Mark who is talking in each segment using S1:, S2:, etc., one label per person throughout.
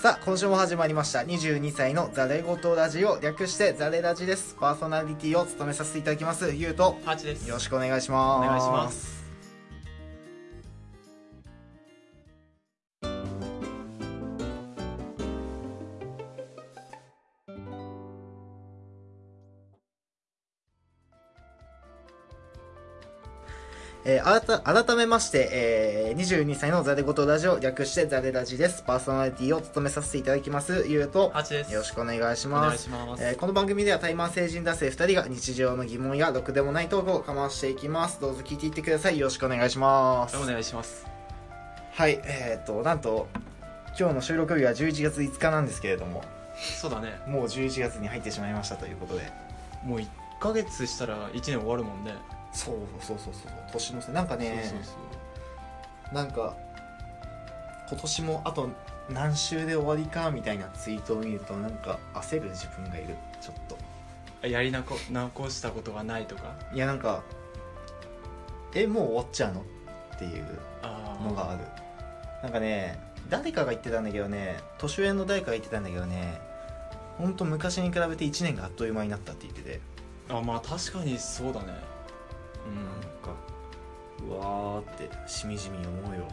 S1: さあ、今週も始まりました。22歳のザレゴトラジオ、略してザレラジです。パーソナリティを務めさせていただきます、ゆうと。
S2: ハチです
S1: よろしくお願いします。
S2: お願いします。
S1: えー改改めまして、えー22歳のザレゴトラジオ、略してザレラジです。パーソナリティを務めさせていただきます、ゆうと。
S2: ハチです
S1: よろしくお願いし
S2: お願
S1: ま
S2: い
S1: す。
S2: します、
S1: えーこの番組ではタイマン成人男性2人が日常の疑問やろくでもないトークをかましていきますどうぞ聞いていってくださいよろしくお願いします
S2: お願いします
S1: はいえー、となんと今日の収録日は11月5日なんですけれども
S2: そうだね
S1: もう11月に入ってしまいましたということで
S2: もう1ヶ月したら1年終わるもんね
S1: そうそうそうそう年の瀬なんかね
S2: そうそうそう
S1: なんか今年もあと何週で終わりかみたいなツイートを見るとなんか焦る自分がいるちょっと
S2: あやりなこ残したことがないとか
S1: いやなんかえもう終わっちゃうのっていう
S2: あ
S1: のがあるなんかね誰かが言ってたんだけどね年上の誰かが言ってたんだけどねほんと昔に比べて1年があっという間になったって言ってて
S2: あまあ確かにそうだね
S1: なんかうわーってしみじみ思うよ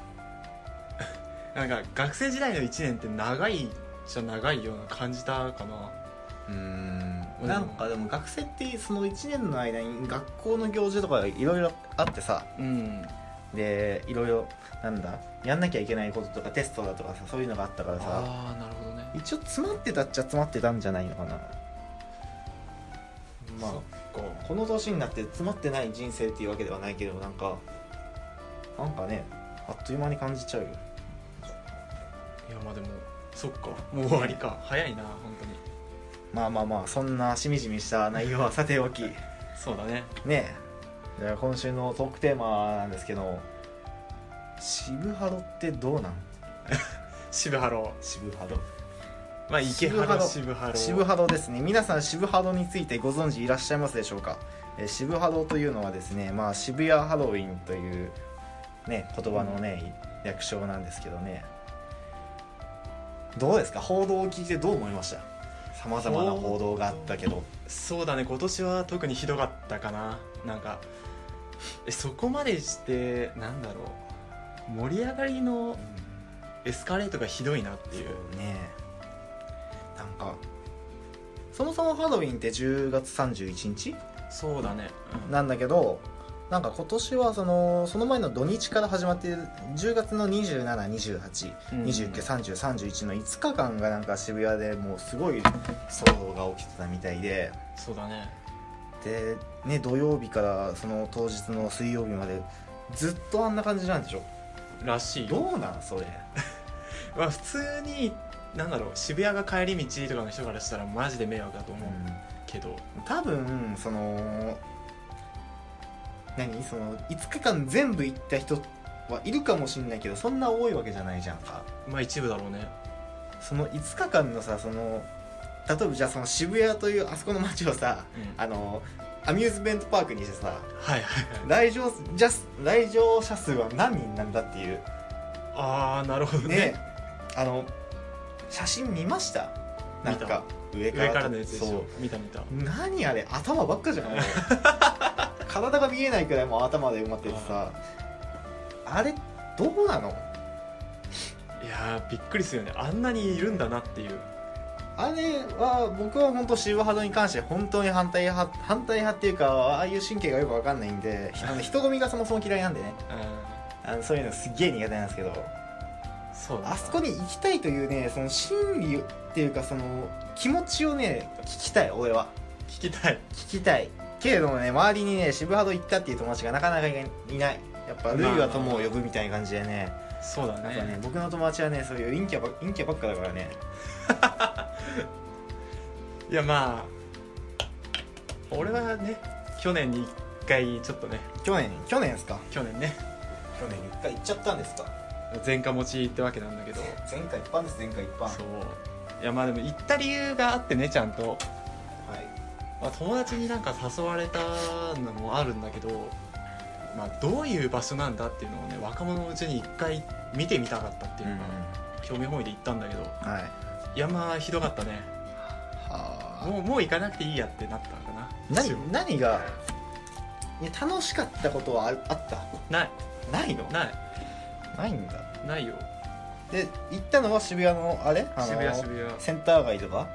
S2: うんなんか学生時代の1年って長いじゃ長いような感じたかな
S1: うーん
S2: うん
S1: なんかでも学生ってその1年の間に学校の行事とかいろいろあってさ
S2: うん
S1: でいろいろなんだやんなきゃいけないこととかテストだとかさそういうのがあったからさ
S2: ああなるほどね
S1: 一応詰まってたっちゃ詰まってたんじゃないのかなまあ
S2: そっか
S1: この年になって詰まってない人生っていうわけではないけどなんかなんかねあっという間に感じちゃうよ
S2: いやまあでもそっかもう終わりか早いな本当に
S1: まあまあまあそんなしみじみした内容はさておきね
S2: そうだね
S1: えじゃあ今週のトークテーマなんですけど渋ハロってどうなん
S2: 渋ハロ
S1: 渋ハロ
S2: まあ池ハロ渋ハロ
S1: 渋ハロですね皆さん渋ハロについてご存知いらっしゃいますでしょうか、えー、渋ハロというのはですね、まあ、渋谷ハロウィンという、ね、言葉のね、略称なんですけどねどうですか報道を聞いてどう思いましたさまざまな報道があったけど
S2: そうだね今年は特にひどかったかななんかえそこまでしてなんだろう盛り上がりのエスカレートがひどいなっていう
S1: ねえなんかそもそもハロウィンって10月31日
S2: そうだね、うん
S1: なんだけどなんか今年はそのその前の土日から始まってる10月の2728293031
S2: う
S1: の
S2: ん、
S1: 5日間がなんか渋谷でもうすごい騒動が起きてたみたいで
S2: そうだね
S1: で、ね、土曜日からその当日の水曜日までずっとあんな感じなんでしょ
S2: らしいよ、
S1: どうなんそれ
S2: まあ、普通になんだろう渋谷が帰り道とかの人からしたらマジで迷惑だと思うけど、
S1: 多分その何その5日間全部行った人はいるかもしれないけどそんな多いわけじゃないじゃんか
S2: まあ一部だろうね
S1: その5日間のさその例えばじゃあその渋谷というあそこの街をさ
S2: うん
S1: あのアミューズメントパークにしてさ
S2: はいはいはい
S1: 来場じゃ来場者数は何人なんだっていう
S2: ああなるほどね
S1: ねあの写真見ましたなんか上から
S2: 上からのやつでし
S1: そ
S2: ょ
S1: う
S2: 見た見た
S1: 何あれ頭ばっ かじゃない体が見えないくらいもう頭で埋まっててさあれどうなの
S2: いやーびっくりするよねあんなにいるんだなっていう
S1: あれは僕は本当渋ハドに関して本当に反対派反対派っていうかああいう神経がよくわかんないんであの人混みがそもそも嫌いなんでね
S2: う
S1: あのそういうのすっげえ苦手なんですけど
S2: んそうだな
S1: あそこに行きたいというねその心理っていうかその気持ちをね聞きたい俺は
S2: 聞きたい
S1: 聞きたいけれどもね周りにね渋ハド行ったっていう友達がなかなかいないやっぱルイは友を呼ぶみたいな感じでね
S2: そうだ
S1: なん
S2: ね
S1: かね僕の友達はねそういう陰キャば陰キャばっかだからね
S2: いやまあ俺はね去年に1回ちょっとね
S1: 去年去年ですか
S2: 去年ね
S1: 去年一回行っちゃったんですか
S2: 前科持ちってわけなんだけど
S1: 前回一般です前回一般
S2: そういやまあでも行った理由があってねちゃんと、
S1: はい
S2: まあ、友達になんか誘われたのもあるんだけど、まあ、どういう場所なんだっていうのをね若者のうちに1回見てみたかったっていうのが興味本位で行ったんだけど
S1: はい
S2: いやまあひどかったね
S1: は
S2: もうもう行かなくていいやってなったかな
S1: あ何何がいや楽しかったことはああった
S2: ない
S1: ないの
S2: ない
S1: ないんだ
S2: ないよ
S1: で行ったのは渋谷のあれあの
S2: 渋谷渋谷うん
S1: センター街とか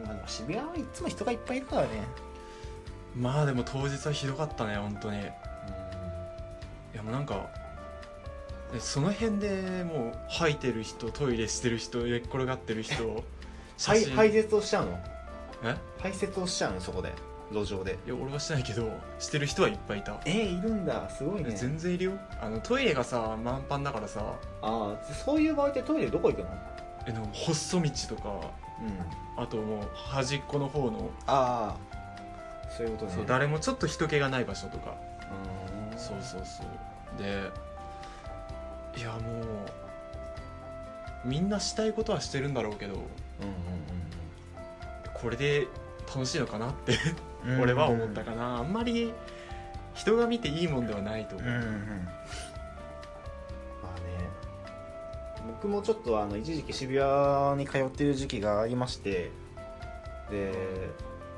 S1: うんまあでも渋谷はいつも人がいっぱいいるからね
S2: まあでも当日はひどかったね本当にいやもうなんかえその辺でもう吐いてる人トイレしてる人寝っ転がってる人写
S1: 排
S2: 真
S1: 排泄をしちゃうの
S2: え
S1: 排泄をしちゃうのそこで路上で
S2: いや俺はしてないけどしてる人はいっぱいいた
S1: えー、いるんだすごいね
S2: 全然いるよあのトイレがさ満帆だからさ
S1: ああそういう場合ってトイレどこ行くの
S2: えなんか細道とか
S1: うん
S2: あともう端っこの方の、
S1: ああそういうことね
S2: そう誰もちょっと人気がない場所とか、
S1: うーん
S2: そうそうそうでいやもうみんなしたいことはしてるんだろうけど
S1: うん
S2: これで楽しいのかなって
S1: うんうん
S2: 俺は思ったかな、あんまり人が見ていいもんではないと思
S1: うんうん
S2: う、
S1: うんまあね僕もちょっとあの一時期渋谷に通ってる時期がありましてで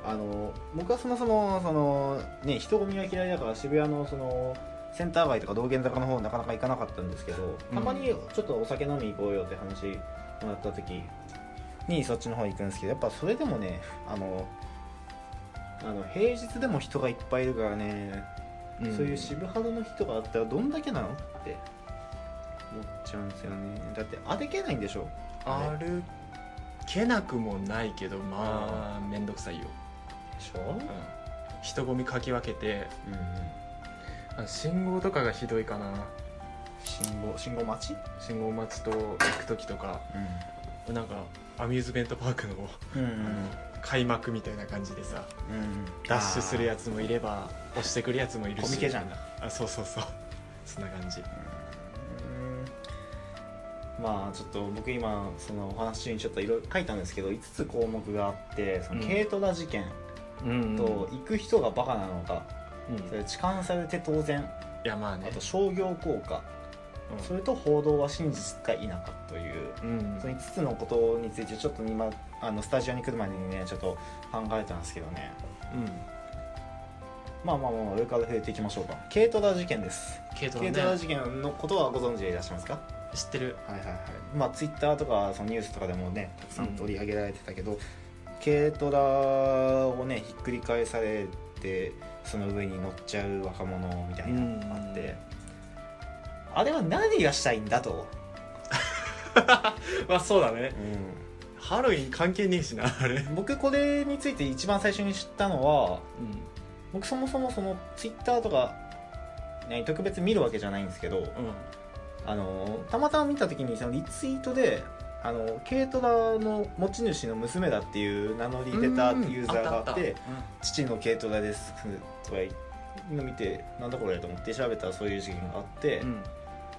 S1: あの僕はそもそもその、ね、人混みが嫌いだから渋谷のそのセンター街とか道玄坂の方なかなか行かなかったんですけど
S2: うん
S1: たまにちょっとお酒飲み行こうよって話もらった時にそっちの方行くんですけどやっぱそれでもねあのあの平日でも人がいっぱいいるからね
S2: ん
S1: そういう渋肌の日とかあったらどんだけなのって思っちゃうんですよねだってあでけないんでしょ
S2: 歩けなくもないけどまあ面倒くさいよ、
S1: でしょ
S2: うん、人混みかき分けて
S1: うんうん
S2: あ信号とかがひどいかな
S1: 信号信号待ち
S2: 信号待ちと行く時とかなんかアミューズメントパークの、
S1: うんうん
S2: あの開幕みたいな感じでさ
S1: うん
S2: ダッシュするや
S1: つ
S2: つもいれば押してくるやつもいるし
S1: コミケじゃん
S2: あそうそうそうそんな感じ
S1: まあちょっと僕今そのお話にちょっといろいろ書いたんですけど5つ項目があってその
S2: うん
S1: 軽トラ事件
S2: うん
S1: と行く人がバカなのか
S2: うん、い
S1: それ痴漢されて当然
S2: やまあね
S1: あと商業効果
S2: うん
S1: それと報道は真実か否かという
S2: うん
S1: その5つのことについてちょっと今あのスタジオに来る前にねちょっと考えたんですけどね
S2: うん
S1: まあまあまあ上から触れていきましょうか軽トラ事件です
S2: 軽ト
S1: 軽ト
S2: ラ
S1: ラ
S2: ね
S1: 事件のことはご存知でいらっしゃいますか
S2: 知ってる
S1: はいはいはいまあツイッターとかそのニュースとかでもねたくさん取り上げられてたけど、軽トラをねひっくり返されてその上に乗っちゃう若者みたいなのがあって、
S2: うん
S1: あれは何がしたいんだと、
S2: まあそうだねハロウィン関係ねえしなあれうん
S1: 僕これについて一番最初に知ったのは僕そもそもそのツイッターとか、ね、特別見るわけじゃないんですけど
S2: うん
S1: あのたまたま見た時にそのリツイートであの軽トラの持ち主の娘だっていう名乗り出たユーザーがあって「父の軽トラです」とか言うの見てなんだこれと思って調べたらそういう事件があって、
S2: うん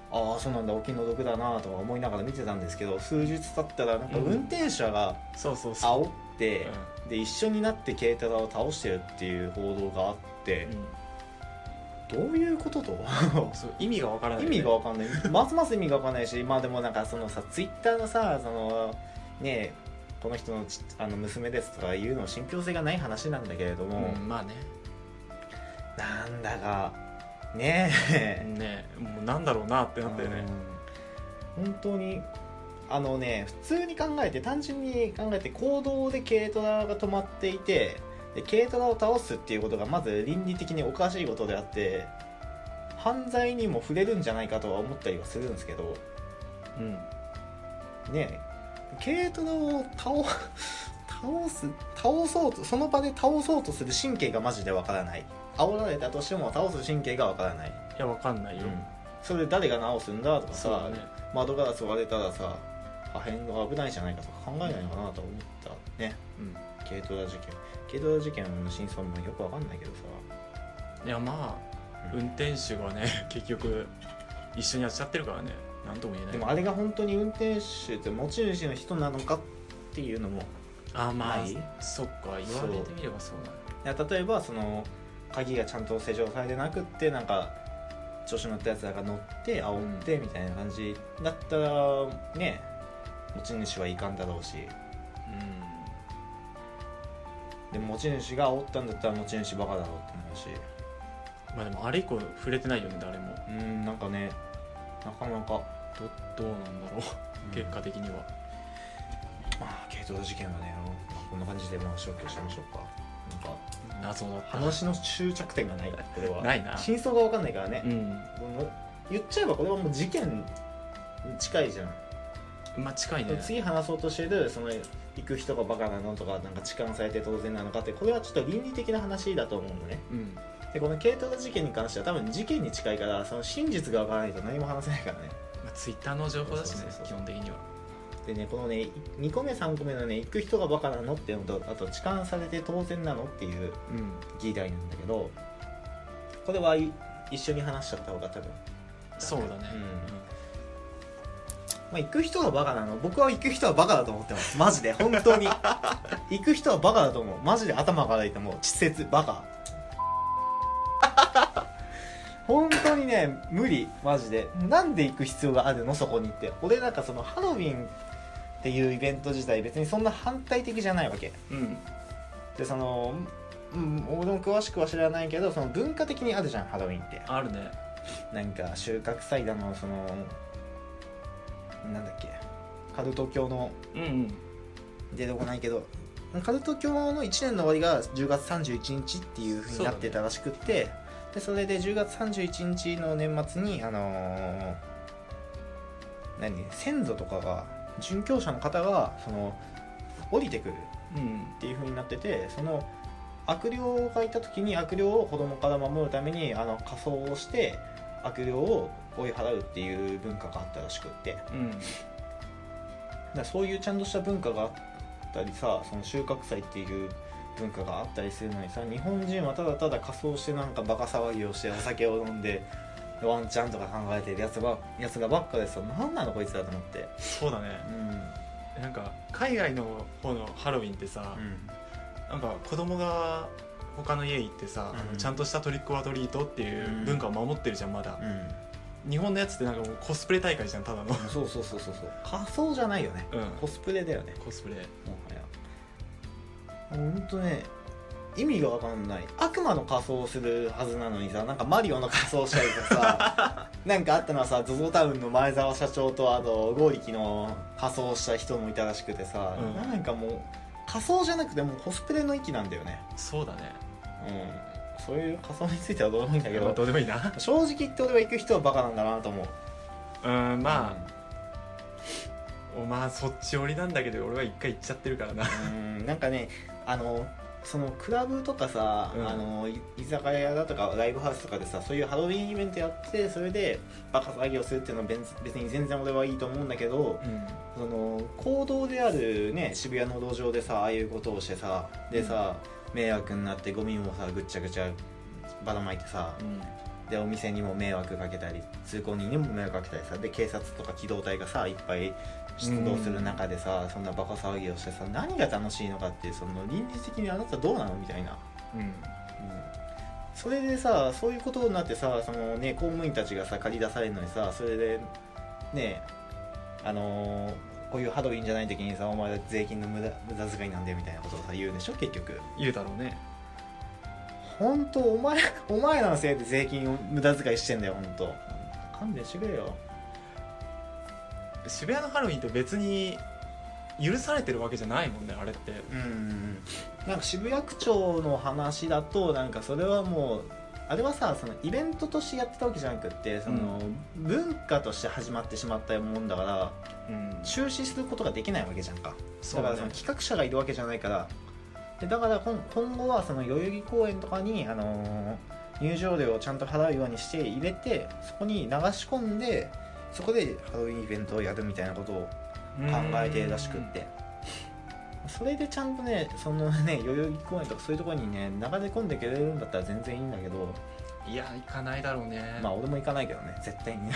S1: ああそうなんだお気の毒だなとか思いながら見てたんですけど数日経ったらなんか運転手が
S2: そうそうそう
S1: 煽って、で一緒になって軽トラを倒してるっていう報道があって。
S2: うんうん
S1: どういうことと
S2: そう意味がわからない
S1: 意
S2: よね、
S1: 味がわかんないますます意味がわかんないしまあでもなんかそのさツイッターのさそのねこの人のちあの娘ですとかいうの信憑性がない話なんだけれども、
S2: うん、まあね
S1: なんだかねえ、
S2: ねもうなんだろうなってなったよね
S1: うん本当にあのね普通に考えて単純に考えて行動で軽トラが止まっていてで軽トラを倒すっていうことがまず倫理的におかしいことであって犯罪にも触れるんじゃないかとは思ったりはするんですけど
S2: うん
S1: ね軽トラを倒倒す倒そうとその場で倒そうとする神経がマジでわからない煽られたとしても倒す神経がわからない、
S2: いやわかんないよ、
S1: それで誰が直すんだとか
S2: そうだ
S1: さ、
S2: ね
S1: 窓ガラス割れたらさ破片が危ないじゃないかとか考えないのかなと思ったね
S2: う
S1: 軽トラ事件軽トラ事件の真相もよくわかんないけど
S2: んいやまあ
S1: さ、
S2: 運転手がね 結局一緒にやっちゃってるからねなんとも言えない
S1: でもあれが本当に運転手って持ち主の人なのかっていうのも
S2: あまあ
S1: ない
S2: そっか言われてみればそうだね
S1: いや例えばその鍵がちゃんと施錠されてなくってなんか調子乗ったやつらが乗って煽ってみたいな感じだったらね持ち主はいかんだろうしでも持ち主が煽ったんだったら持ち主バカだろうって思うし
S2: まあでもあれ以降触れてないよね誰も
S1: うんなんかねなかなか、
S2: どどうなんだろう結果的には、
S1: まあ軽トラ事件はね、あのこんな感じでまあ消去しましょうかなんか
S2: 謎だった
S1: 話の終着点がないこれは
S2: ないな
S1: 真相が分かんないからね
S2: う、ん
S1: この言っちゃえばこれはもう事件に近いじゃん
S2: まあ近いね
S1: 次話そうとしてるその行く人がバカなのとかなんか痴漢されて当然なのかってこれはちょっと倫理的な話だと思うのね
S2: うん
S1: でこの軽トラ事件に関しては多分事件に近いからその真実が分からないと何も話せないからね
S2: まあ、ツイッターの情報だし
S1: そう
S2: ね
S1: そうそう
S2: 基本的には
S1: でねこのね2個目3個目のね行く人がバカなのっていうのとあと痴漢されて当然なのっていう
S2: うん
S1: 議題なんだけどこれはい一緒に話しちゃった方が多分
S2: そうだね、
S1: うん
S2: うん
S1: まあ、行く人はバカなの僕は行く人はバカだと思ってますマジで本当に行く人はバカだと思うマジで頭がいいと思う稚拙バカ本当にね無理マジでなんで行く必要があるのそこにって俺なんかそのハロウィンっていうイベント自体別にそんな反対的じゃないわけ
S2: うん
S1: でそのうん、俺も詳しくは知らないけどその文化的にあるじゃんハロウィンって
S2: あるね
S1: なんか収穫祭だのそのなんだっけカルト教の
S2: うんうん
S1: 出てこないけどカルト教の1年の終わりが10月31日っていうふうになってたらしくってでそれで10月31日の年末にあのー何先祖とかが殉教者の方がその降りてくる
S2: うん
S1: っていう風になっててその悪霊がいた時に悪霊を子供から守るためにあの仮装をして悪霊を追い払うっていう文化があったらしくってだか
S2: うん
S1: らそういうちゃんとした文化があったりさその収穫祭っていう文化があったりするのにさ日本人はただただ仮装してなんかバカ騒ぎをしてお酒を飲んでワンチャンとか考えてるやつばやつらばっかでさ何なのこいつだと思って
S2: そうだね
S1: う
S2: なんか海外の方のハロウィンってさ、
S1: ん、うん、
S2: なんか子供が他の家行ってさ、あの
S1: うん
S2: ちゃんとしたトリックオアトリートっていう
S1: うん
S2: 文化を守ってるじゃんまだ、日本のやつってなんかもうコスプレ大会じゃんただの
S1: うん、そうそうそうそうそう仮装じゃないよね
S2: うん
S1: コスプレだよね
S2: コスプレ
S1: もはやもうほんとね意味が分かんない悪魔の仮装をするはずなのにさなんかマリオの仮装したりとかさ なんかあったのはさ ZOZO タウンの前澤社長とあと剛力の仮装した人もいたらしくてさ、
S2: うん
S1: なんかもう仮装じゃなくてもうコスプレの域なんだよね
S2: そうだね
S1: うんそういう仮装についてはどうでもいいんだけ
S2: まあ
S1: ど
S2: どうでもいいな
S1: 正直言って俺は行く人はバカなんだなと思う
S2: うんまあ、おまあそっち寄りなんだけど俺は一回行っちゃってるからな
S1: うんなんかねあのそのクラブとかさ、
S2: うん
S1: あのい居酒屋だとかライブハウスとかでさそういうハロウィンイベントやってそれでバカ騒ぎをするっていうのは別別に全然俺はいいと思うんだけど
S2: うん
S1: その行動であるね渋谷の路上でさああいうことをしてさでさ、迷惑になってゴミもさぐっちゃぐちゃばらまいてさでお店にも迷惑かけたり通行人にも迷惑かけたりさで警察とか機動隊がさいっぱい出動する中でさ、そんなバカ騒ぎをしてさ何が楽しいのかっていうその倫理的にあなたどうなのみたいな、
S2: うん、うん
S1: それでさそういうことになってさその、ね、公務員たちがさ借り出されるのにさそれでねあのーこういうハロウィンじゃない時にさお前ら税金の無駄無駄遣いなんだよみたいなことをさ言うんでしょ結局
S2: 言うだろうね
S1: 本当お前 お前らのせいで税金を無駄遣いしてんだよ本当勘弁してくれよ
S2: 渋谷のハロウィンって別に許されてるわけじゃないもんねあれって
S1: うんなんか渋谷区長の話だとなんかそれはもうあれはさそのイベントとしてやってたわけじゃなくってその、文化として始まってしまったもんだから
S2: うん
S1: 中止することができないわけじゃんか
S2: そ
S1: だ
S2: う
S1: か
S2: だ
S1: ら
S2: ね
S1: その企画者がいるわけじゃないからでだから今今後はその代々木公園とかに、あのー入場料をちゃんと払うようにして入れてそこに流し込んでそこでハロウィンイベントをやるみたいなことを考えてらしくってそれでちゃんとねそのね代々木公園とかそういうところにね流れ込んでくれるんだったら全然いいんだけど
S2: いや行かないだろうね
S1: まあ俺も行かないけどね絶対に
S2: う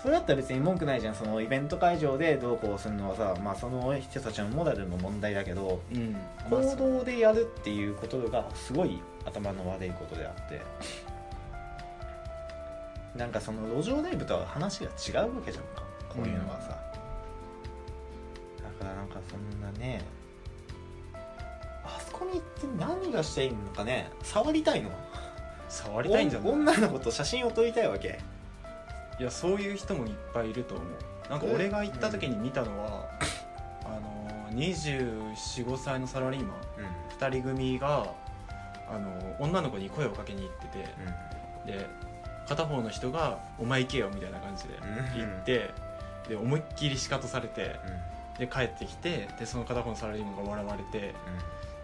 S1: それだったら別に文句ないじゃんそのイベント会場でどうこうするのはさまあその人たちのモラルの問題だけど
S2: ん、うんまあ
S1: 行動でやるっていうことがすごい頭の悪いことであってなんかその路上ライブとは話が違うわけじゃんかこういうのはさ、だからなんかそんなねあそこに行って何がしたいのかね触りたいの
S2: 触りたいんじゃない
S1: お女の子と写真を撮りたいわけ
S2: いやそういう人もいっぱいいると思うなんか俺が行った時に見たの は、あの245歳のサラリーマン
S1: うんうん
S2: 2人組があの女の子に声をかけに行っててで片方の人が「お前行けよ」みたいな感じで
S1: うん
S2: 行って、で思いっきり仕方されてで帰ってきてでその片方のサラリーマンが笑われて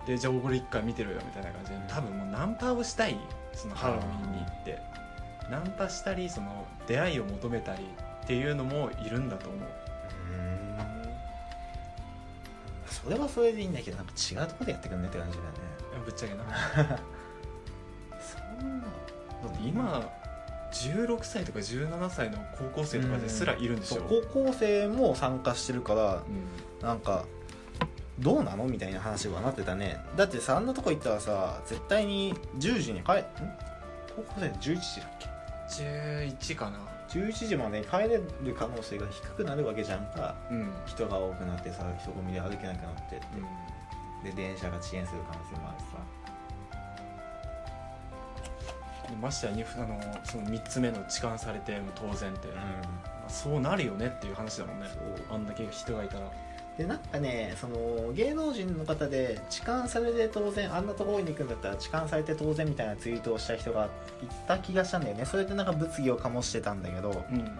S2: でじゃあ俺一回見てろよみたいな感じで
S1: うん
S2: 多分もうナンパをしたいそのハロウィンに行ってナンパしたりその出会いを求めたりっていうのもいるんだと思う
S1: うんそれはそれでいいんだけどなんか違うところでやってくんねって感じだよね
S2: いやぶっちゃけ な
S1: そんな
S2: だって今16歳とか17歳の高校生とかですらいるんでし
S1: そ
S2: ょ、
S1: う高校生も参加してるから
S2: うん
S1: なんかどうなのみたいな話はなってたねだってさあんなとこ行ったらさ絶対に10時に帰ん高校生11時だっけ
S2: 11かな
S1: 11時までに帰れる可能性が低くなるわけじゃんか
S2: うん、うん、
S1: 人が多くなってさ人混みで歩けなくなってで電車が遅延する可能性もあるしさ
S2: でましてやにあのその3つ目の痴漢されても当然って、ま
S1: う
S2: あそうなるよねっていう話だもんね
S1: んそう
S2: あんだけ人がいたら
S1: でなんかねその芸能人の方で痴漢されて当然あんなところに行くんだったら痴漢されて当然みたいなツイートをした人がいた気がしたんだよねそれでなんか物議を醸してたんだけど
S2: うん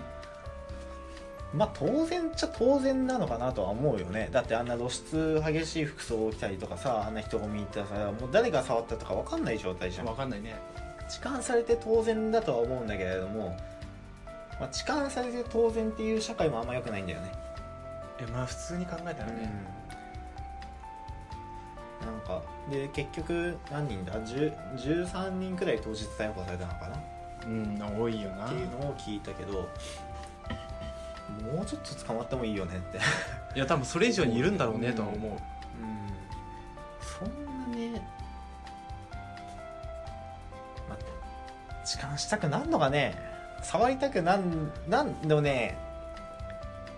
S1: まあ当然っちゃ当然なのかなとは思うよねだってあんな露出激しい服装を着たりとかさあんな人混み行ったらさもう誰が触ったとか分かんない状態じゃん
S2: 分かんないね
S1: 痴漢されて当然だとは思うんだけれども、まあ、痴漢されて当然っていう社会もあんま良くないんだよね
S2: えまあ普通に考えたらね、
S1: なんかで結局何人だ10 13人くらい当日逮捕されたのかなっ
S2: うん多いよな
S1: ていうのを聞いたけどもうちょっと捕まってもいいよねって
S2: いや多分それ以上にいるんだろうねとは思う、
S1: そんなね待って痴漢したくなんのかね触りたくなんなんのね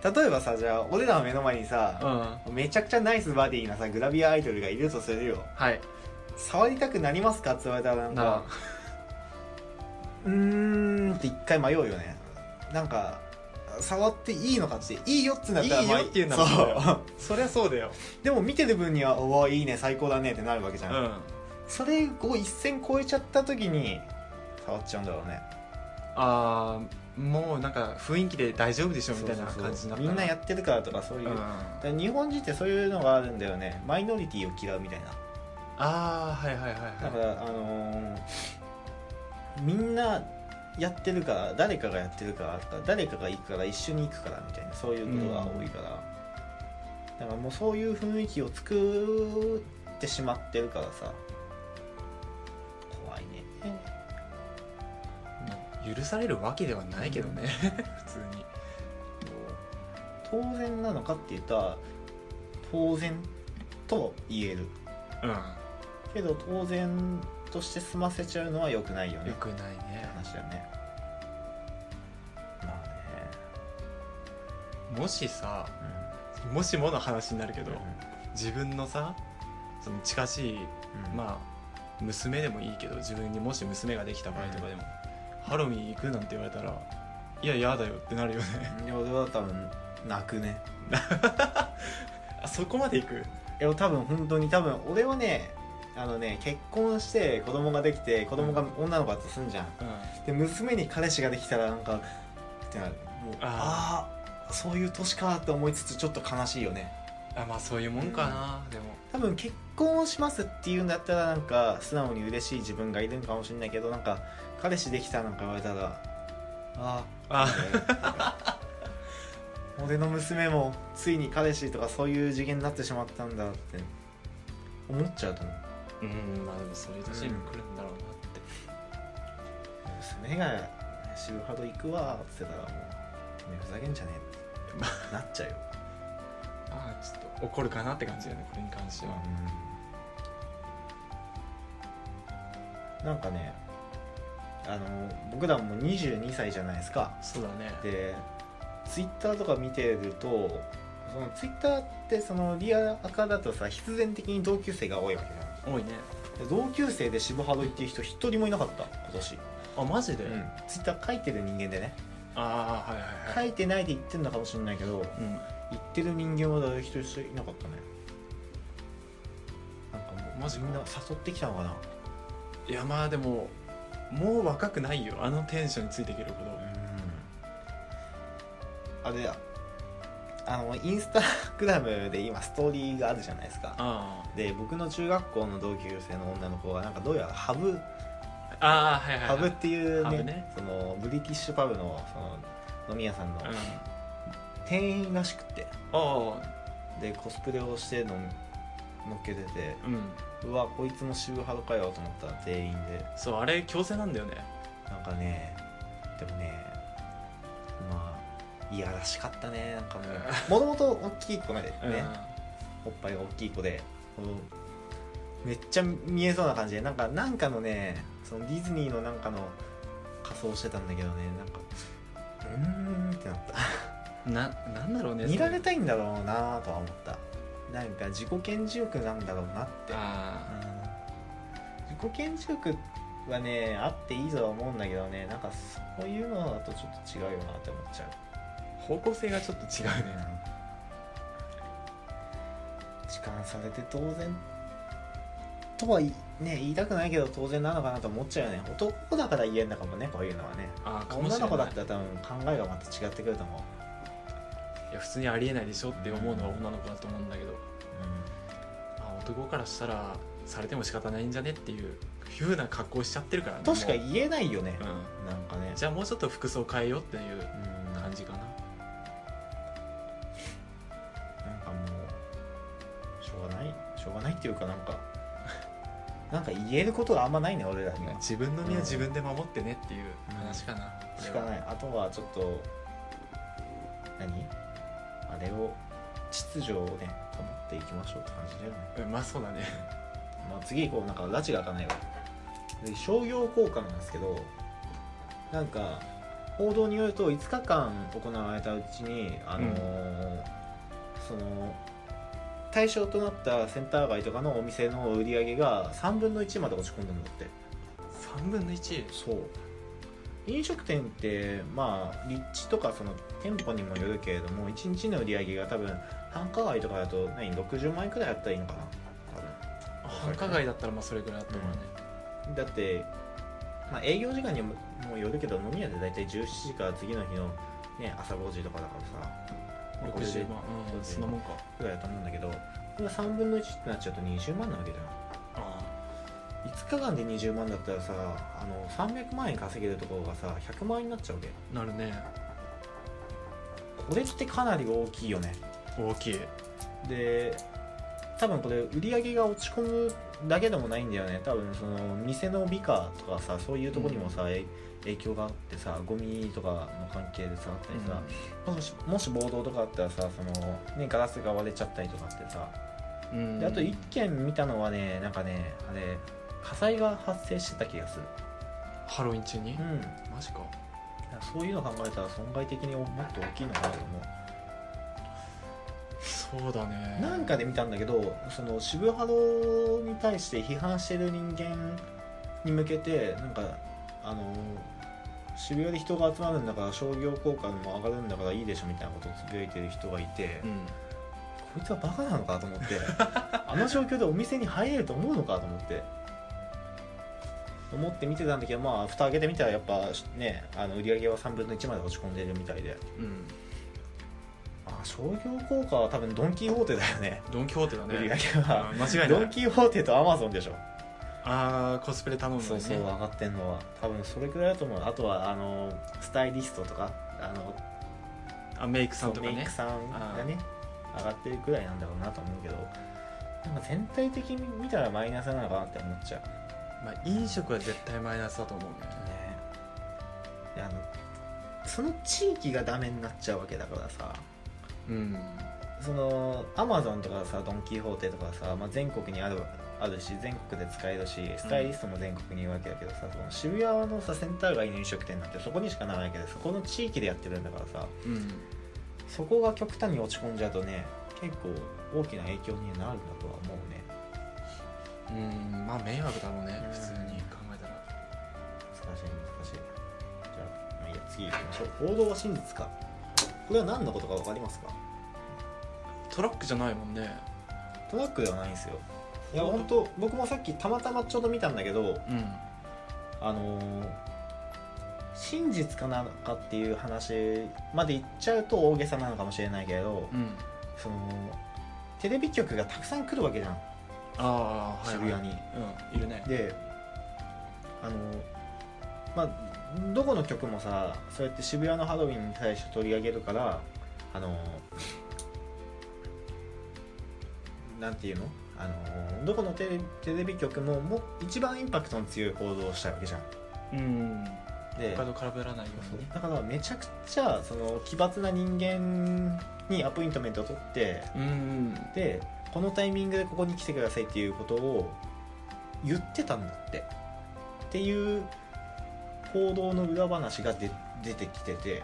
S1: 例えばさじゃあ俺らの目の前に
S2: う
S1: さ、
S2: ん
S1: めちゃくちゃナイスバディなさグラビアアイドルがいるとするよ
S2: はい
S1: 触りたくなりますかって言われたらなん
S2: なら
S1: かうーんって一回迷うよねなんか触っていいのかっていいよってなったら
S2: いいよっていうなら
S1: まあ そう
S2: そりゃそうだよ
S1: でも見てる分にはおおいいね最高だねってなるわけじ
S2: う
S1: ゃ
S2: ん
S1: ん、それを一線超えちゃった時に触っちゃうんだろうね
S2: あーもうなんか雰囲気で大丈夫でしょみたい
S1: そ
S2: な
S1: うそうそう
S2: 感じになった
S1: みんなや
S2: っ
S1: ってるからとかそういう、
S2: うん、
S1: だか
S2: あ
S1: ら日本人ってそういうのがあるんだよねマイノリティを嫌うみたいな
S2: あーはいはいはい
S1: だか
S2: は
S1: ら、あのーみんなやってるから誰かがやってるからとか誰かが行くから一緒に行くからみたいなそういうことが多いから、だからもうそういう雰囲気を作ってしまってるからさ怖いね
S2: い許されるわけではないけどね、普通に
S1: 当然なのかって言ったら当然と言える
S2: う
S1: けど当然として済ませちゃうのは良くないよ
S2: ん
S1: ね
S2: よくないね
S1: 話だよねまあね
S2: もしさ
S1: うん
S2: もしもの話になるけど、
S1: う
S2: 自分のさその近し
S1: ん
S2: い
S1: うん
S2: まあ娘でもいいけど自分にもし娘ができた場合とかでも、ハロウィン行くなんて言われたらいや嫌だよってなるよね
S1: いや俺は多分泣くね
S2: あそこまで行く
S1: いや多分本当に多分俺はねあのね結婚して子供ができて子供が女の子だとすんじゃん
S2: うん
S1: で娘に彼氏ができたらなんかってなるもうあ
S2: あ
S1: あーそういう年かって思いつつちょっと悲しいよね
S2: あまあそういうもんかな、でも
S1: 多分結婚をしますっていうんだったらなんか素直に嬉しい自分がいるのかもしれないけどなんか彼氏できたなんか言われたらあ
S2: あ
S1: あ 俺の娘もついに彼氏とかそういう次元になってしまったんだって思っちゃうと思う
S2: うんまあでもそういう年に来るんだろうなって、
S1: 娘が渋ハド行くわって言ってたらもうてめえふざけんじゃねえってなっちゃうよ、
S2: ああちょっと怒るかなって感じだよねこれに関しては、
S1: なんかねあの僕らも22歳じゃないですか
S2: そうだね
S1: でツイッターとか見てるとそのツイッターってそのリアアカだとさ必然的に同級生が多いわけじゃ
S2: 多いね
S1: んで同級生で渋ハロ行っていう人一人もいなかった今年、
S2: あマジで、
S1: うんツイッター書いてる人間でね
S2: ああはいはいは
S1: 書
S2: い、
S1: いてないで言ってるのかもしれないけど
S2: うん、
S1: 言ってる人間は誰一人いなかったねなんかもう
S2: マジか
S1: みんな誘ってきたのかない
S2: やまあでももう若くないよあのテンションについていけるほど
S1: あれやあのインスタグラムで今ストーリーがあるじゃないですか
S2: あ
S1: で僕の中学校の同級生の女の子はなんかどうやらハブ
S2: あああはいはい、は
S1: ハ
S2: い、
S1: ブっていう
S2: ハ
S1: ね
S2: ブね
S1: そのブリティッシュパブのその飲み屋さんの
S2: うん、あ
S1: 店員らしくって
S2: あ
S1: でコスプレをしての乗っけてて
S2: うん
S1: うわこいつも渋ハロかよと思ったら全員で
S2: そうあれ強制なんだよね
S1: なんかねでもねまあいやらしかったねなんかも うもともと大きい子なんでね、
S2: う
S1: お
S2: ん、
S1: っぱいが大きい子でこのめっちゃ見えそうな感じでなんかなんかのねそのディズニーのなんかの仮装してたんだけどねなんかうーんってなった
S2: ななんだろうね
S1: 見られ
S2: た
S1: たいんだろうなとは思ったなんか自己顕示欲なんだろうなって
S2: あ
S1: うん自己顕示欲はねあっていいとは思うんだけどねなんかそういうのだとちょっと違うよなって思っちゃう
S2: あ方向性がちょっと違うね
S1: 痴漢されて当然とは言いね言いたくないけど当然なのかなと思っちゃうよね男だから言えんのかもねこういうのはね
S2: ああかも
S1: 女
S2: しれな
S1: の
S2: い
S1: 子だったら多分考えがまた違ってくると思う、
S2: いや普通にありえないでしょって思うのは女の子だと思うんだけど、まあ、男からしたらされても仕方ないんじゃねっていうふうな格好しちゃってるからね
S1: としか
S2: も
S1: 言えないよね
S2: う、
S1: なんかね
S2: うん、じゃあもうちょっと服装変えようっていう
S1: うんなん
S2: 感
S1: か
S2: じかな
S1: もうしょうがないしょうがないっていうかなんかなんか言えることがあんまないね俺らには
S2: 自分の身は自分で守ってねっていう話かな、
S1: しかないあとはちょっと何あれを秩序をね保っていきましょうって感じだよね、
S2: うんまあそうだ ね
S1: まあ、次こうなんか拉致が開かないわで商業効果なんですけどなんか報道によると5日間行われたうちにあのーその対象となったセンター街とかのお店の売り上げが3分の1まで落ち込んだんだって
S2: 3分の1
S1: そう飲食店ってまあ立地とかその店舗にもよるけれども1日の売り上げが多分繁華街とかだと何60万円くらいあったらいいのかな
S2: 繁華街だったらまあそれぐらいあったもんね、
S1: 多分だって、まあ、営業時間にももよるけど飲み屋で大体17時から次の日の、ね、朝5時とかだからさ、まあこれで
S2: 60万うんそんなもんか
S1: くらいだと思うんだけどこれが3分の1ってなっちゃうと20万なわけじゃん
S2: あ
S1: 5日間で20万だったらさあの300万円稼げるところがさ100万円になっちゃうわけ
S2: あなるね
S1: これってかなり大きいよね
S2: 大きい
S1: で多分これ売り上げが落ち込むだけでもないんだよね多分その店の美化とかさそういうとこにもさ、え影響があってさゴミとかの関係でさあったりさ、もしもし暴動とかあったらさその、ね、ガラスが割れちゃったりとかってさ
S2: うん
S1: であと1件見たのはねなんかねあれ火災が発生してた気がする、
S2: ハロウィン中に、
S1: うん、だ
S2: マジか
S1: からそういうの考えたら損害的にもっと大きいのかなと思う
S2: そうだね
S1: なんかで見たんだけどその渋ハロに対して批判してる人間に向けてなんかあの渋谷で人が集まるんだから商業効果も上がるんだからいいでしょみたいなことをつぶやいてる人がいて、こ
S2: うん
S1: いつはバカなのかと思って あの状況でお店に入れると思うのかと思って思って見てたんだけどまあ蓋開けてみたらやっぱねあの売り上げは3分の1まで落ち込んでるみたいで
S2: うん
S1: あ商業効果は多分ドン・キホーテだよね
S2: ドン・キホーテだ
S1: 売り上
S2: ね
S1: げは
S2: うん間違い
S1: ドン・
S2: ない
S1: キホーテとアマゾンでしょ
S2: ああコスプレ頼むの
S1: そう
S2: に
S1: そう上
S2: ね
S1: がってんのは多分それくらいだと思うあとはあのスタイリストとかあの
S2: あメイクさんとか
S1: メイ
S2: ね
S1: クさんがね上がってるくらいなんだろうなと思うけどなんか全体的に見たらマイナスなのかなって思っちゃう
S2: まあ、飲食は絶対マイナスだと思う
S1: ね
S2: ね
S1: であのその地域がダメになっちゃうわけだからさ
S2: うん
S1: そのアマゾンとかさドン・キホーテとかさ、まあ、全国にあるあるし全国で使えるしスタイリストも全国にいるわけだけどさ、その渋谷のさセンター街の飲食店なんてそこにしかないわけでそこの地域でやってるんだからさ
S2: うん
S1: そこが極端に落ち込んじゃうとね結構大きな影響になるんだとは思うね
S2: うんまあ迷惑だろうね
S1: うん
S2: 普通に考えたら
S1: 難しい難しいじゃあ,、まあ、いいや次行きましょう報道は真実かこれは何のことか分かりますか
S2: トラックじゃないもんね
S1: トラックではないんですよいや
S2: 報道
S1: 本当僕もさっきたまたまちょうど見たんだけど
S2: うん
S1: あのー真実かなんかっていう話まで言っちゃうと大げさなのかもしれないけど、
S2: うん
S1: そのテレビ局がたくさん来るわけじゃん
S2: ああはい、はい、
S1: 渋谷に。
S2: うんいるね
S1: であのまあどこの局もさそうやって渋谷のハロウィンに対して取り上げるからあのなんていうのあのどこのテレテレビ局もも一番インパクトの強い報道をしたいわけじゃん。
S2: うん
S1: で
S2: 他と被らないようにね
S1: だからめちゃくちゃその奇抜な人間にアポイントメントを取って
S2: うん
S1: でこのタイミングでここに来てくださいっていうことを言ってたんだってっていう報道の裏話がで出てきてて、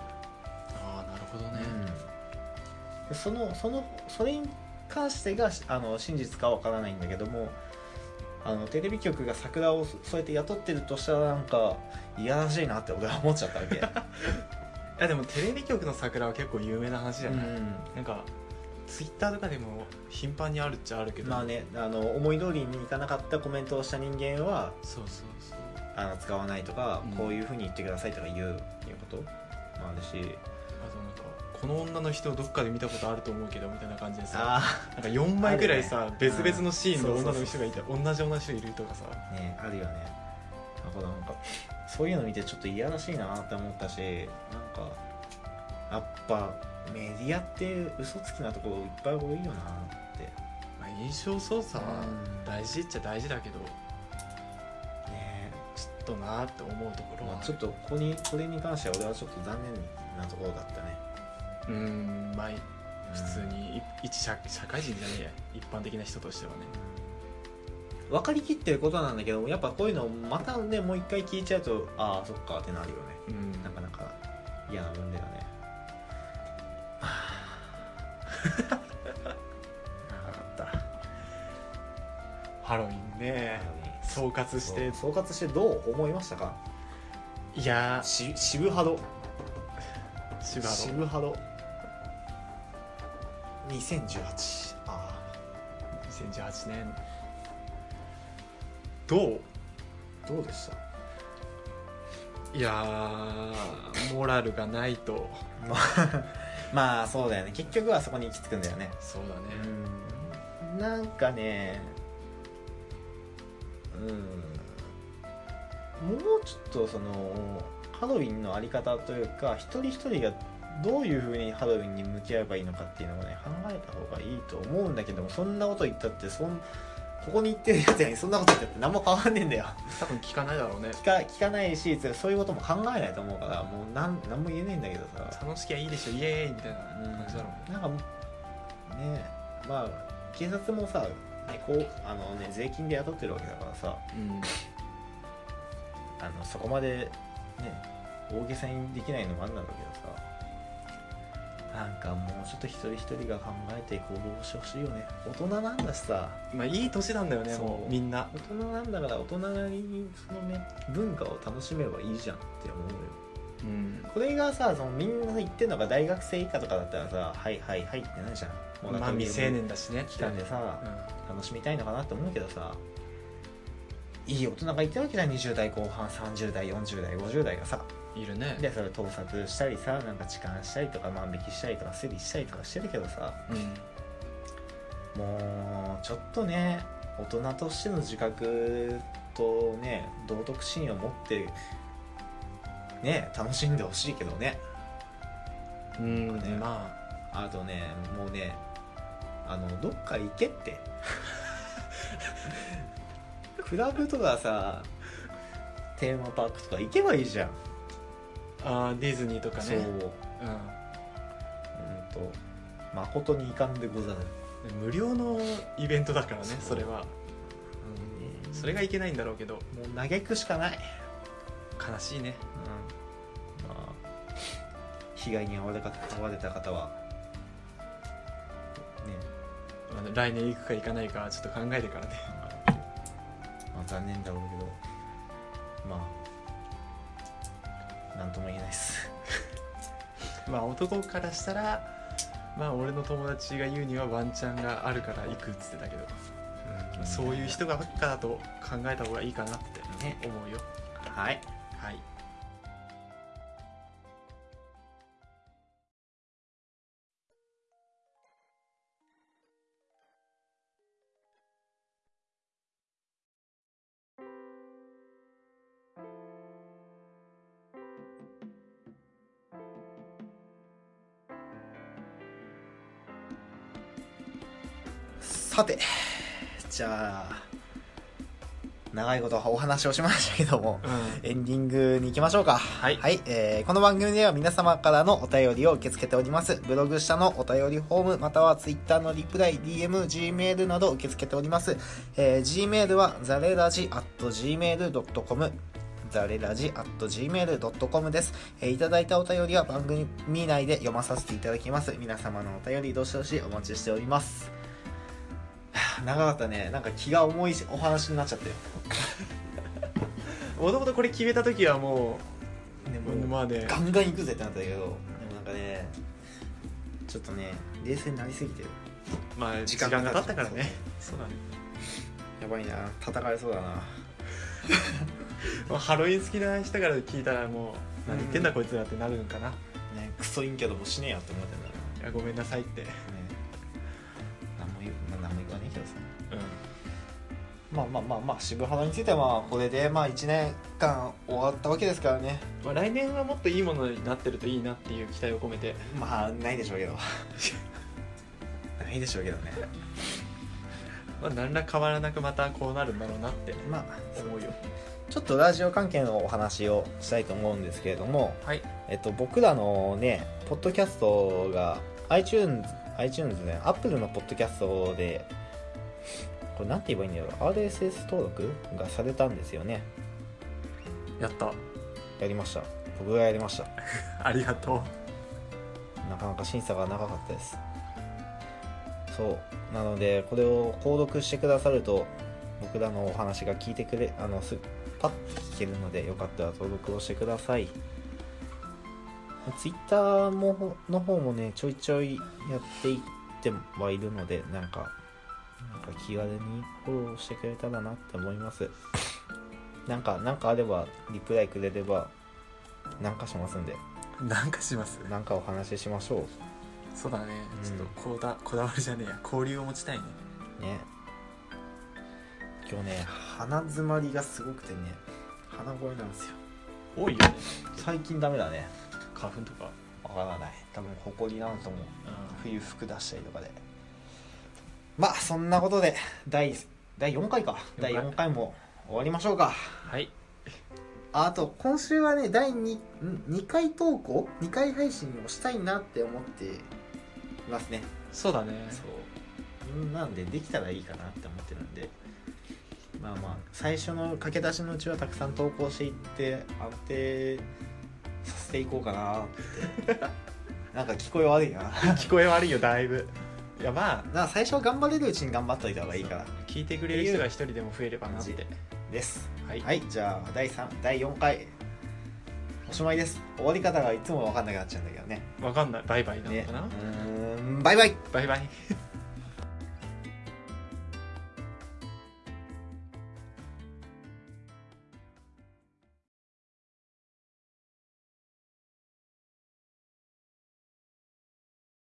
S2: ああなるほどね
S1: でそのそのそれに関してがあの真実かわからないんだけどもあのテレビ局が桜をそそうやって雇ってるとしたらなんかいやらしいなって俺は思っちゃったわけ、
S2: いやでもテレビ局の桜は結構有名な話じ ゃ
S1: う
S2: ない、
S1: ん
S2: なんかツイッターとかでも頻繁にあるっちゃあるけど
S1: まあねあの思い通りにいかなかったコメントをした人間は
S2: そうそうそう
S1: あの使わないとか、
S2: うん
S1: こういうふうに言ってくださいとか言ういうこともあるし
S2: あとなんかこの女の人をどっかで見たことあると思うけどみたいな感じでさ
S1: あ
S2: なんか4枚くらいさ、
S1: あるね
S2: 別々のシーンの
S1: うん
S2: 女の人がいて同じ女の人いるとかさ
S1: あねあるよねだからなんかそういうの見てちょっといやらしいなって思ったしなんかやっぱメディアって嘘つきなところいっぱい多いよなって
S2: まあ、印象操作は
S1: うん
S2: 大事っちゃ大事だけど
S1: ね
S2: ちょっとなーって思うところは
S1: まあ、ちょっとここにこれに関しては俺はちょっと残念なところだったね
S2: うんまあ普通
S1: うん
S2: にい一社社会人じゃねえや一般的な人としてはね
S1: 分かりきってることなんだけどやっぱこういうのをまたねもう一回聞いちゃうとああそっかってなるよね
S2: うん
S1: なかなか嫌なもんだよね。長かった。
S2: ハロウィンね総括して
S1: そう総括してどう思いましたか？
S2: いや
S1: し渋ハロ。
S2: ー芝の
S1: 渋ハロ。2018。あ
S2: 2018年どう
S1: あ、どうで した？
S2: いやーモラルがないと
S1: まあまあそうだよね。結局はそこに行き着くんだよね。
S2: そうだね
S1: うんなんかねうんもうちょっとそのハロウィンのあり方というか一人一人がどういうふうにハロウィンに向き合えばいいのかっていうのをね考えた方がいいと思うんだけどもそんなこと言ったってそんここに行ってるやつやにそんなこと言ったって何も変わんねえんだよ
S2: 多分聞かないだろうね
S1: 聞か聞かないしそういうことも考えないと思うからもうなん何も言えねえんだけどさ
S2: 楽しきゃいいでしょイエーイみたいな感じだろうね
S1: なんかねまあ警察もさ、ね、こうあのね税金で雇ってるわけだからさ
S2: うん
S1: あのそこまでね大げさにできないのもあるんだろうけどさなんかもうちょっと一人一人が考えて行動してほしいよね大人なんだしさ
S2: まあいい年なんだよね
S1: そう
S2: もうみんな
S1: 大人なんだから大人なりにそのね文化を楽しめばいいじゃんって思うよ
S2: うん
S1: これがさそのみんな言ってんのが大学生以下とかだったらさ「はいはいはい」ってなるじゃんう
S2: まあ未成年だしね
S1: 来たんでさ、
S2: う
S1: 楽しみたいのかなって思うけどさいい大人がいたわけじゃん20代後半30代40代50代がさ
S2: んいるね
S1: でそれ盗撮したりさなんか痴漢したりとか万引きしたりとか整理したりとかしてるけどさ
S2: うん
S1: もうちょっとね大人としての自覚とね道徳心を持ってね楽しんでほしいけどね
S2: うん
S1: ね
S2: まあ
S1: あとねもうねあのどっか行けって クラブとかさテーマパークとか行けばいいじゃん、
S2: あーディズニーとか
S1: そうう
S2: ね
S1: ん
S2: う
S1: と誠に遺憾でござる、
S2: ん無料のイベントだからね
S1: そう
S2: それは
S1: う
S2: それがいけないんだろうけど
S1: もう嘆くしかない、
S2: 悲しいね
S1: うんまあ、被害に遭われか遭われた方はね、
S2: あの来年行くか行かないかちょっと考えてからね
S1: まあ、残念だろうけどまあなんとも言えないです
S2: まあ男からしたらまあ俺の友達が言うにはワンチャンがあるから行くっつってたけど、そういう人がばっかだと考えた方がいいかなって
S1: ね
S2: 思うよ
S1: はい
S2: はい
S1: さてじゃあ長いことお話をしましたけども
S2: うん
S1: エンディングに行きましょうか。はいえーこの番組では皆様からのお便りを受け付けております。ブログ下のお便りフォーム、または Twitter のリプライ、DM、Gmail など受け付けております。えー Gmail はザレラジ at gmail.com ザレラジ at gmail.com です、えーいただいたお便りは番組内で読まさせていただきます。皆様のお便りどしどしお待ちしております。 はぁ長かったね。なんか気が重いお話になっちゃったよ。
S2: もともとこれ決めた時はも
S1: で
S2: う、まあね
S1: ガンガン行くぜってなったけどでもなんかねちょっとね冷静になりすぎてる
S2: まあ時間が経ったからねそうだね、
S1: やばいな叩かれそうだな
S2: まあ、ハロウィン好きな人から聞いたらもう何言ってんだ、こいつらってなるんかな
S1: ねクソいいんけどもうしねえやって思ってんだろ
S2: いやごめんなさいって
S1: うね何も言う、まあ、何も言わねえけどさ
S2: う
S1: まあまあまあまあ渋原についてはまあこれでまあ1年間終わったわけですからね
S2: ん、まあ、来年はもっといいものになってるといいなっていう期待を込めて
S1: まあないでしょうけど ないでしょうけどね
S2: まあ、何ら変わらなくまたこうなるんだろうなって
S1: まあ
S2: 思うよ
S1: ちょっとラジオ関係のお話をしたいと思うんですけれども
S2: はい
S1: えっと、僕らのね、ポッドキャストが iTunes、iTunes ね、Apple のポッドキャストで、これなんて言えばいいんだろう、RSS 登録がされたんですよね。
S2: やった
S1: やりました。僕がやりました。
S2: ありがと
S1: なかなか審査が長かったです。そう。なので、これを購読してくださると、僕らのお話が聞いてくれ、あの、すパッと聞けるので、よかったら登録をしてください。ツイッターもの方もね、ちょいちょいやっていってはいるので、なんか、なんか気軽にフォローしてくれたらなって思います。なんか、なんかあれば、リプライくれれば、なんかしますんで、
S2: うなんかします
S1: なんかお話ししましょう。
S2: そうだね
S1: うん
S2: ちょっとこだこだわりじゃねえや交流を持ちたいね
S1: ね今日ね鼻詰まりがすごくてね鼻声なんですよ
S2: 多いよね
S1: 最近ダメだね
S2: 花粉とか
S1: わからない多分ホコリなんとも
S2: う
S1: 冬服出したりとかでまあそんなことで第第4回か
S2: 4
S1: 第
S2: 回
S1: 4回も終わりましょうか
S2: んはい
S1: あと今週はね第 2, 2回投稿2回配信をしたいなって思っていますね
S2: そうだね
S1: そうなんでできたらいいかなって思ってるんでまあまあ最初の駆け出しのうちはたくさん投稿していって安定させていこうかなって なんか聞こえ悪いな
S2: 聞こえ悪いよだいぶいやまあ
S1: な最初は頑張れるうちに頑張っといた方がいいから
S2: 聞いてくれる人が一人でも増えればなって
S1: です
S2: はい、
S1: はいじゃあ第3第4回おしまいです終わり方がいつも分かんなくなっちゃうんだけどね
S2: わかんないバイバイなの
S1: ね
S2: かな、
S1: うーんバイバイ
S2: バイバイ